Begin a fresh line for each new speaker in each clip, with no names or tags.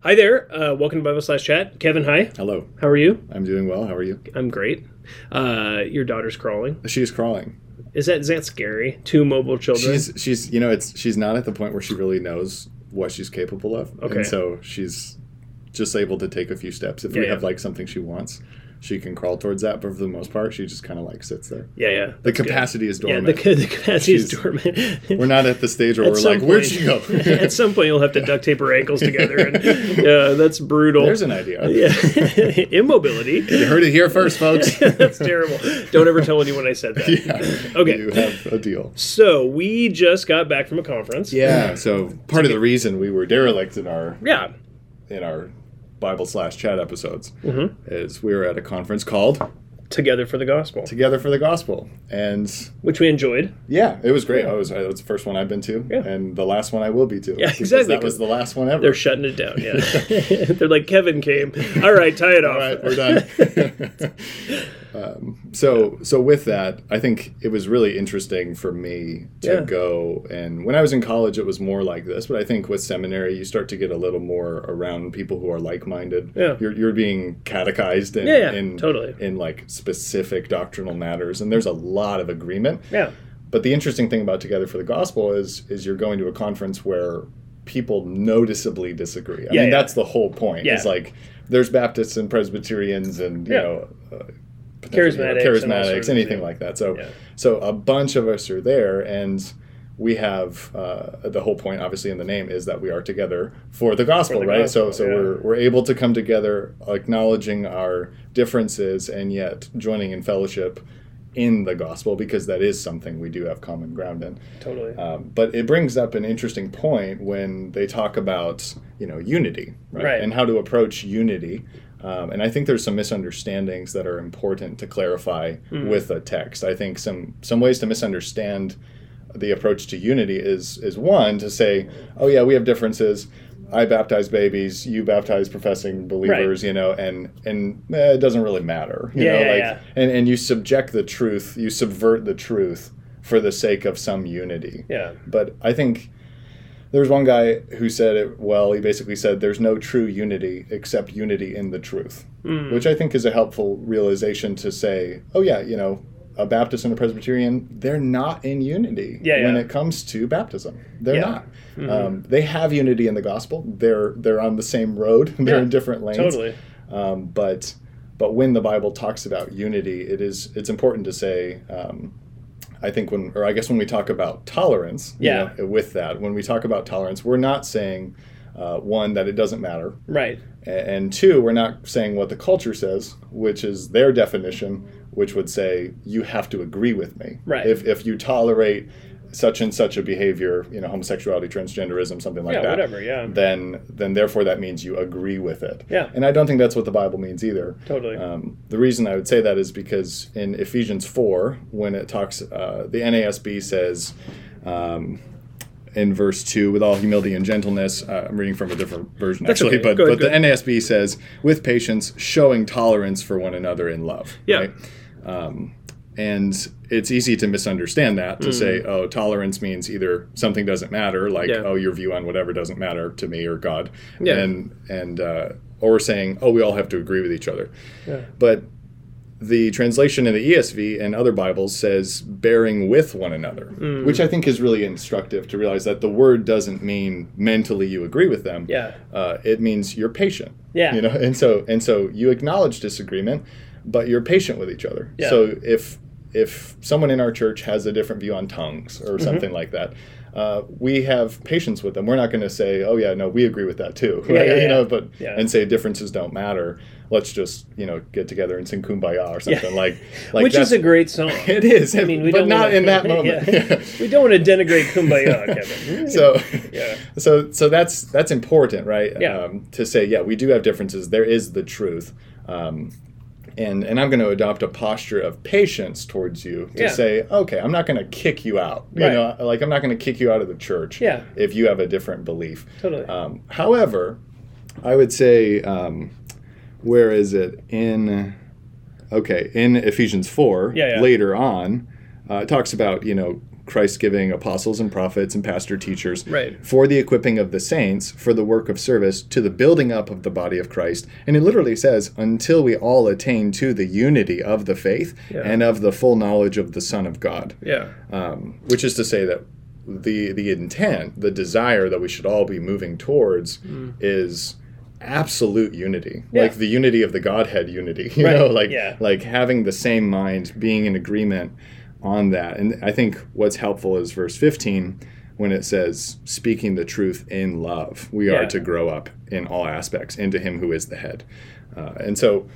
Hi there. Uh, welcome to Bible slash chat. Kevin, hi.
Hello.
How are you?
I'm doing well. How are you?
I'm great. Uh, your daughter's crawling.
She's crawling.
Is that is that scary? Two mobile children.
She's she's you know it's she's not at the point where she really knows what she's capable of.
Okay.
And so she's just able to take a few steps. If
Yeah,
we
yeah.
have like something she wants, she can crawl towards that. But for the most part, she just kind of like sits there.
yeah, yeah.
The
That's good.
capacity is
Yeah,
dormant.
the, ca- the capacity is
She's-
dormant.
we're not at the stage where we're like, where'd she go?
at some point, you'll have to duct tape her ankles together. And, yeah, that's brutal.
There's an idea.
yeah, immobility.
You heard it here first, folks.
that's terrible. Don't ever tell anyone I said that.
yeah.
Okay.
You have a deal.
So we just got back from a conference.
Yeah. So part of the reason we were derelict in our
Yeah.
in our Bible slash chat episodes
Mm-hmm.
is we were at a conference called
Together for the gospel,
Together for the Gospel, and
which we enjoyed.
yeah, it was great. I was it was the first one I've been to,
Yeah.
and the last one I will be to.
Yeah,
because
exactly,
That was the last one
They're
ever.
shutting it down. Yeah. They're like, Kevin came. All right, tie it off.
All right, we're done. um, so so with that, I think it was really interesting for me to
Yeah.
go. And when I was in college, it was more like this. But I think with seminary, you start to get a little more around people who are like minded.
Yeah.
You're, you're being catechized in,
Yeah, yeah,
in
totally.
in like specific doctrinal matters, and there's a lot of agreement.
Yeah.
But the interesting thing about Together for the Gospel is is you're going to a conference where people noticeably disagree. I
Yeah,
mean,
yeah.
that's the whole point.
Yeah.
It's like there's Baptists and Presbyterians and you
Yeah.
know, uh,
Charismatics
potentially, you know,
and all sorts
charismatics,
of
anything
things.
like that. So
Yeah.
so a bunch of us are there and. We have uh, the whole point, obviously, in the name is that we are together for the gospel,
For the
right? so,
gospel,
so
yeah.
we're we're able to come together, acknowledging our differences, and yet joining in fellowship in the gospel because that is something we do have common ground in.
Totally.
Um, but it brings up an interesting point when they talk about you know unity right,
Right.
and how to approach unity. Um, and I think there's some misunderstandings that are important to clarify
Hmm.
with a text. I think some some ways to misunderstand the approach to unity is is one to say, oh yeah, we have differences. I baptize babies, you baptize professing believers, you know, and and eh, it doesn't really matter, you
Yeah,
know,
yeah,
like
yeah.
and and you subject the truth, you subvert the truth for the sake of some unity.
yeah.
But I think there's one guy who said it well. He basically said there's no true unity except unity in the truth,
Hmm.
which I think is a helpful realization to say, oh, yeah, you know, a Baptist and a Presbyterian, they're not in unity
Yeah,
when
yeah.
it comes to baptism. They're
Yeah. Mm-hmm.
not. Um, they have unity in the gospel. They're they're on the same road. they're
Yeah,
in different lanes
Totally.
um, but but when the Bible talks about unity, it is it's important to say. Um, I think when, or I guess when we talk about tolerance, you
Yeah.
know, with that, when we talk about tolerance, we're not saying uh, one that it doesn't matter,
Right.
a- and two, we're not saying what the culture says, which is their definition, which would say you have to agree with me.
Right.
If if you tolerate such and such a behavior, you know, homosexuality, transgenderism, something like
Yeah,
that
whatever. Yeah.
then then therefore that means you agree with it.
Yeah.
And I don't think that's what the Bible means either.
Totally.
Um, the reason I would say that is because in Ephesians four, when it talks, uh, the NASB says. Um, in verse 2, with all humility and gentleness, uh, I'm reading from a different version actually,
okay.
but,
Go ahead,
but the
go ahead.
NASB says, with patience, showing tolerance for one another in love.
Yeah.
right? Um, And it's easy to misunderstand that
Mm.
to say, oh, tolerance means either something doesn't matter, like
Yeah.
oh, your view on whatever doesn't matter to me or God,
Yeah.
and and uh, or saying, oh, we all have to agree with each other.
Yeah.
But the translation in the ESV and other Bibles says bearing with one another,
Mm.
which I think is really instructive to realize that the word doesn't mean mentally you agree with them.
Yeah.
Uh, it means you're patient.
Yeah.
You know, and so and so you acknowledge disagreement, but you're patient with each other.
Yeah.
So if if someone in our church has a different view on tongues
Mm-hmm.
or something like that, uh, we have patience with them. We're not going to say, "Oh yeah, no, we agree with that too,"
Yeah, yeah,
you know,
yeah.
but
Yeah.
and say differences don't matter. Let's just you know get together and sing "Kumbaya" or something like like
Which is
that's-
a great song.
it is. I
mean,
mean,
we
but
don't
not
wanna-
in that moment.
Yeah. We don't want to denigrate Kumbaya, Kevin.
So,
Yeah.
so so that's that's important, right?
Yeah.
Um, to say, yeah, we do have differences. There is the truth, um, and and I'm going to adopt a posture of patience towards you to
Yeah.
say, okay, I'm not going to kick you out. You
Right.
know, like I'm not going to kick you out of the church.
Yeah.
If you have a different belief.
Totally.
Um, however, I would say, um, where is it in? Okay, in Ephesians four
Yeah, yeah.
later on, uh, it talks about you know Christ giving apostles and prophets and pastor teachers
Right.
for the equipping of the saints for the work of service to the building up of the body of Christ. And it literally says, until we all attain to the unity of the faith
Yeah.
and of the full knowledge of the Son of God.
Yeah.
Um, which is to say that the the intent, the desire that we should all be moving towards is absolute unity.
Mm. Yeah.
Like the unity of the Godhead unity. You
Right,
know, like
yeah.
like having the same mind, being in agreement on that. And I think what's helpful is verse fifteen when it says speaking the truth in love we
Yeah.
are to grow up in all aspects into him who is the head uh, and so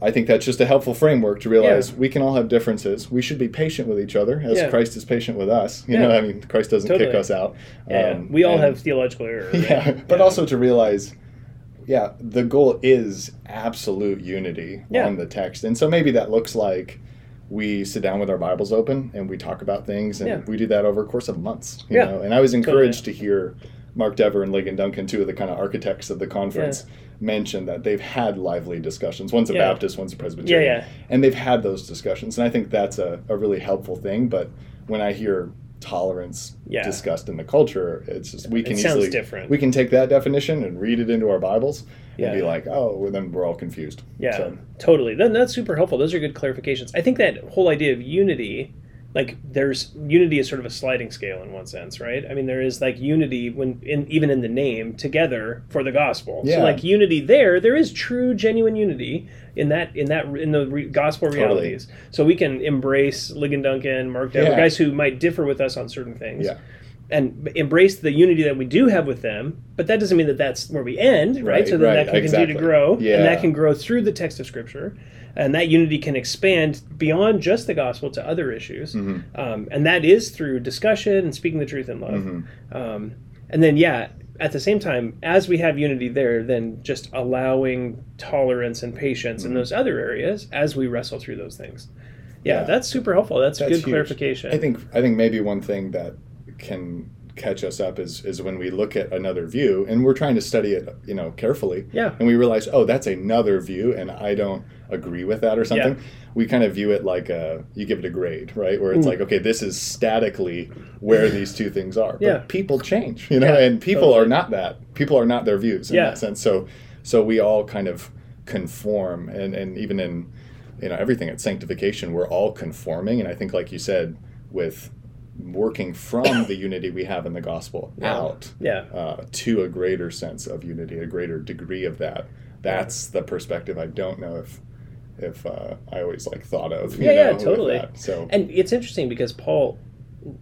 I think that's just a helpful framework to realize we can all have differences. We should be patient with each other as
Yeah.
Christ is patient with us. You
Yeah.
know, I mean, Christ doesn't
Totally.
kick us out.
Yeah.
Um,
we all
and-
have theological error. right?
Yeah, but also to realize, yeah, the goal is absolute unity
Yeah.
on the text, and so maybe that looks like we sit down with our Bibles open and we talk about things, and
Yeah.
we do that over a course of months. You
Yeah.
know, and I was encouraged to hear. Mark Dever and Ligon Duncan, two of the kind of architects of the conference, mentioned that they've had lively discussions. One's a
Yeah.
Baptist, one's a Presbyterian
yeah.
and they've had those discussions and i think that's a, a really helpful thing but when i hear tolerance
Yeah.
discussed in the culture it's just we can
It sounds
easily
different.
we can take that definition and read it into our bibles
Yeah.
and be like oh well, then we're all confused
Yeah,
So,
totally. Then that's super helpful. Those are good clarifications. I think that whole idea of unity, like there's unity is sort of a sliding scale in one sense, right? I mean, there is like unity when in even in the name together for the gospel. So
Yeah.
like unity there, there is true genuine unity in that in that in the re- gospel
Totally.
realities. So we can embrace Ligon Duncan, Mark Dever,
Yeah.
guys who might differ with us on certain things.
Yeah.
And embrace the unity that we do have with them, but that doesn't mean that that's where we end, right?
Right,
so then
right,
that can continue
exactly.
to grow, and that
Yeah.
can can grow through the text of Scripture, and that unity can expand beyond just the gospel to other issues,
Mm-hmm.
um, and that is through discussion and speaking the truth in love.
Mm-hmm.
Um, and then, yeah, at the same time, as we have unity there, then just allowing tolerance and patience
Mm-hmm.
in those other areas as we wrestle through those things. Yeah,
Yeah.
that's super helpful. That's,
That's
good
huge.
clarification.
i think i think maybe one thing that can catch us up is is when we look at another view and we're trying to study it you know carefully
Yeah.
and we realize oh that's another view and i don't agree with that or something we kind of view it like a you give it a grade right where it's
Mm.
like okay this is statically where these two things are
Yeah.
but people change you know
Yeah,
and people
totally.
are not that people are not their views in
Yeah.
that sense so so we all kind of conform and and even in you know everything at sanctification we're all conforming and i think like you said with working from the unity we have in the gospel out
yeah,
uh, to a greater sense of unity, a greater degree of that. That's the perspective I don't know if if uh, I always like thought of. You
Yeah, yeah,
know, with
totally.
that. So
and it's interesting because Paul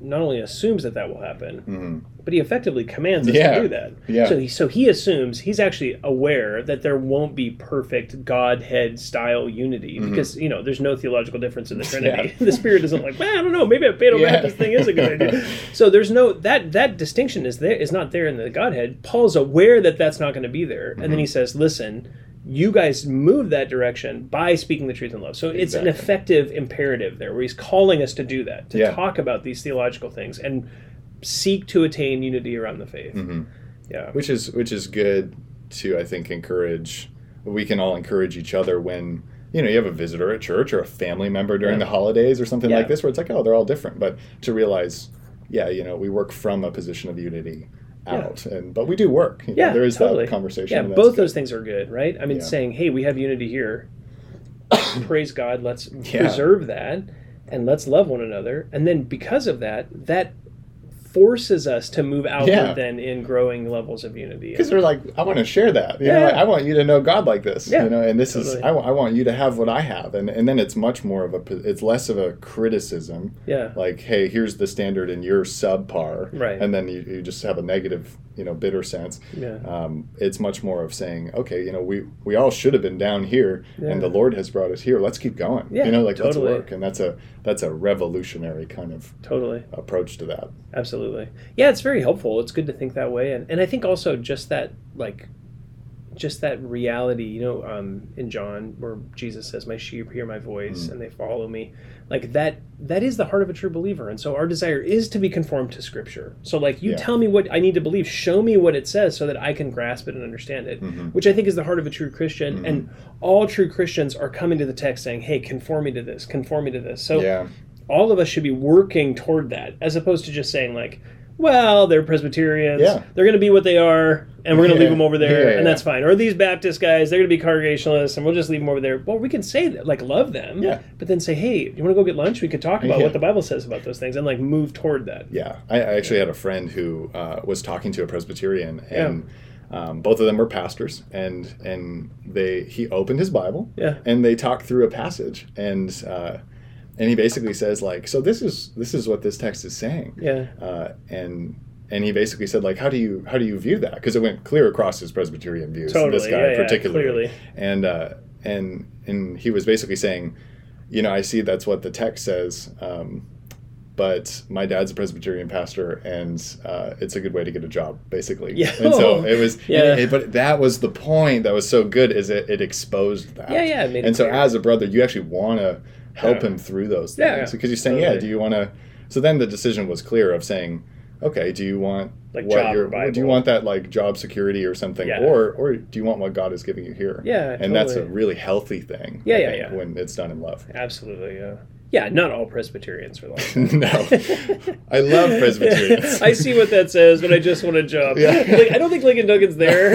not only assumes that that will happen,
mhm.
but he effectively commands us to
Yeah.
do that.
Yeah.
So he so he assumes he's actually aware that there won't be perfect Godhead style unity
Mm-hmm.
because you know there's no theological difference in the Trinity. the Spirit isn't like, well, I don't know, maybe a Beethoven
Yeah.
this thing is a good idea. So there's no that that distinction is there is not there in the Godhead. Paul's aware that that's not going to be there, and
Mm-hmm.
then he says, listen. You guys move that direction by speaking the truth in love. So it's an
Exactly.
effective imperative there, where he's calling us to do that, to
Yeah.
talk about these theological things and seek to attain unity around the faith.
Mm-hmm.
Yeah.
which is which is good to I think encourage. We can all encourage each other when you know you have a visitor at church or a family member during
Yeah.
the holidays or something
Yeah.
like this, where it's like, oh, they're all different, but to realize, yeah, you know, we work from a position of unity out, and but we do work. you know,
Yeah,
there is
totally.
that conversation.
Yeah,
and
both
that's good.
those things are good, right? I mean,
Yeah.
saying, hey, we have unity here. Praise God. Let's
Yeah.
preserve that and let's love one another. And then because of that, that forces us to move outward
Yeah.
then in growing levels of unity.
because they're like, I want to share that. You know,
Yeah.
like, I want you to know God like this.
Yeah,
You know, and this is
totally.
I, wa- I want you to have what I have, and and then it's much more of a p- it's less of a criticism.
Yeah.
Like, hey, here's the standard, and you're subpar.
Right.
And then you, you just have a negative, you know, bitter sense.
Yeah.
Um, it's much more of saying, okay, you know, we we all should have been down here,
Yeah.
and the Lord has brought us here. Let's keep going.
Yeah,
You know, like
totally.
let's work, and that's a that's a revolutionary kind of
Totally.
approach to that.
Absolutely. Yeah, it's very helpful. It's good to think that way. And, and I think also just that, like, just that reality, you know, um, in John where Jesus says, "My sheep hear my voice,
Mm.
and they follow me." Like that, that is the heart of a true believer. And so our desire is to be conformed to Scripture. So, like, you
Yeah.
tell me what I need to believe, show me what it says, so that I can grasp it and understand it.
Mm-hmm.
Which I think is the heart of a true Christian. And all true Christians are coming to the text saying, "Hey, conform me to this, conform me to this." So
yeah.
all of us should be working toward that as opposed to just saying like well they're presbyterians
Yeah.
they're going to be what they are and we're going to
Yeah.
leave them over there
Yeah, yeah,
and that's
yeah.
fine or these baptist guys they're going to be congregationalists and we'll just leave them over there well we can say that like love them
Yeah.
but then say hey you want to go get lunch we could talk about
Yeah.
what the bible says about those things and like move toward that
Yeah, I, I actually had a friend who uh, was talking to a Presbyterian, and um, both of them were pastors, and and they he opened his Bible,
Yeah.
and they talked through a passage, and uh, and he basically says like, so this is this is what this text is saying,
yeah
uh, and and he basically said like, how do you how do you view that? Because it went clear across his Presbyterian views.
totally
This
yeah,
guy
yeah,
particularly,
clearly
and uh, and and he was basically saying, you know, I see that's what the text says, um, but my dad's a Presbyterian pastor, and uh, it's a good way to get a job, basically.
Yeah.
And so it was.
Yeah.
it- but that was the point that was so good is it, it exposed that.
Yeah, yeah, it made it
and so
clear.
as a brother, you actually want to help
Yeah.
him through those things
Yeah, yeah.
because you're saying, yeah,
Totally.
do you want to? So then the decision was clear of saying. Okay. Do you want
Like
what
job
your,
or
do you
Bible.
want that like job security or something,
Yeah.
or or do you want what God is giving you here?
yeah
And that's a
totally.
really healthy thing.
Yeah,
I
yeah,
think,
yeah.
When it's done in love.
absolutely yeah yeah not all presbyterians are like that.
no, I love Presbyterians.
I see what that says, but I just want a job.
Yeah.
Like, I don't think Lincoln Duggan's there.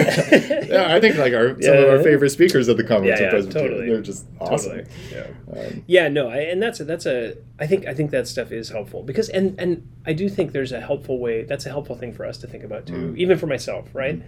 yeah, I think like our some of
Yeah.
our favorite speakers at the conference
Yeah,
are
yeah,
Presbyterian.
totally.
They're just awesome.
Totally. Yeah.
Um,
Yeah, no, I, and that's a, that's a I think I think that stuff is helpful because and and I do think there's a helpful way that's a helpful thing for us to think about too,
Mm.
even for myself, right?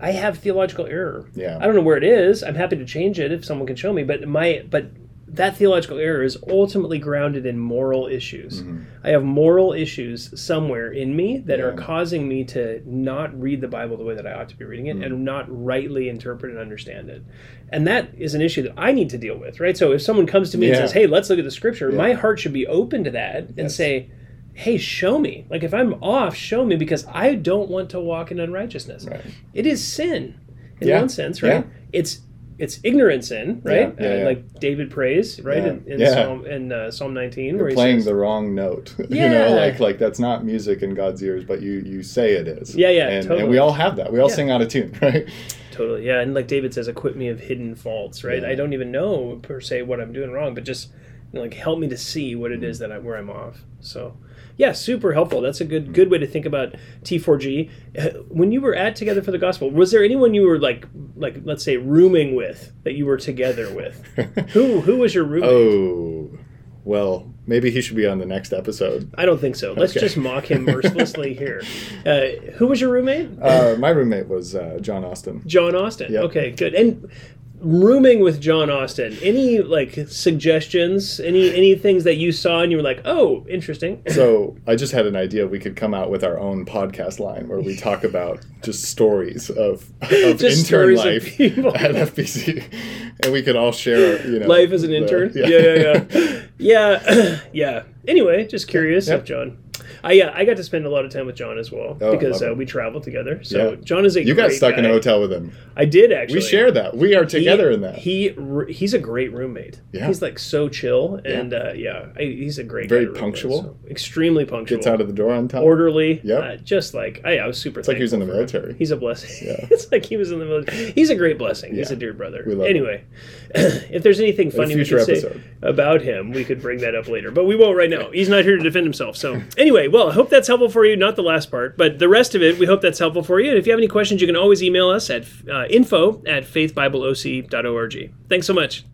I have theological error.
Yeah.
I don't know where it is. I'm happy to change it if someone can show me, but my but that theological error is ultimately grounded in moral issues.
Mm-hmm.
I have moral issues somewhere in me that are
Yeah.
causing me to not read the Bible the way that I ought to be reading
Mm.
it and not rightly interpret and understand it. And that is an issue that I need to deal with, right? So if someone comes to me
Yeah.
and says, "Hey, let's look at the scripture,"
Yeah.
my heart should be open to that and
Yes.
say, "Hey, show me." Like if I'm off, show me because I don't want to walk in unrighteousness.
Right.
It is sin in
Yeah.
one sense,
Yeah.
right? It's it's ignorance in, right?
Yeah. Yeah,
Uh,
yeah.
Like David prays, right?
Yeah.
In, in
Yeah.
Psalm in uh, Psalm 19 where
You're
he
playing
says,
the wrong note. you
Yeah.
know, like like that's not music in God's ears, but you you say it is.
Yeah, yeah,
And, and
totally.
we all have that. We all
Yeah.
sing out of tune, right?
Totally, yeah, and like David says, acquit me of hidden faults, right?
Yeah.
I don't even know per se what I'm doing wrong, but just you know, like help me to see what
Mm-hmm.
it is that I where I'm off. So, yeah, super helpful. That's a good good way to think about T4G. Uh, When you were at Together for the Gospel, was there anyone you were like like let's say rooming with that you were together with? who who was your roommate?
Oh, well, maybe he should be on the next episode.
I don't think so. Let's
Okay.
just mock him mercilessly here. Uh, who was your roommate?
Uh, my roommate was uh, John Austin.
John Austin.
Yep.
Okay, good. And rooming with John Austin. Any like suggestions? Any any things that you saw and you were like, oh, interesting.
So I just had an idea we could come out with our own podcast line where we talk about just stories of, of
Just
intern
stories of
life
people.
at FBC, and we could all share you know
Life as an
the-
intern. yeah, yeah, yeah, yeah. yeah. Anyway, just curious
Yep.
of John. I yeah, I got to spend a lot of time with John as well
Oh, I
because
love
uh,
it.
we traveled together. So
Yeah.
John is a
you got
great
stuck in
guy.
a hotel with him.
I did actually.
We share that. We are together
he,
in that.
He r- he's a great roommate.
Yeah.
He's like so chill and yeah, uh, yeah I, he's a great guy
Very
to room with,
punctual.
so- extremely punctual.
Gets out of the door on time.
orderly.
Yep.
Uh, just like I, I was super.
it's like he was in the
thankful for him.
military.
He's a blessing.
Yeah.
it's like he was in the military. He's a great blessing. He's
Yeah.
a dear brother.
We love him.
anyway, if there's anything funny we
future
could say
episode.
about him, we could bring that up later, but we won't right now. He's not here to defend himself. So anyway, well, I hope that's helpful for you. Not the last part, but the rest of it, we hope that's helpful for you. And if you have any questions, you can always email us at uh, info at faithbibleoc.org. Thanks so much.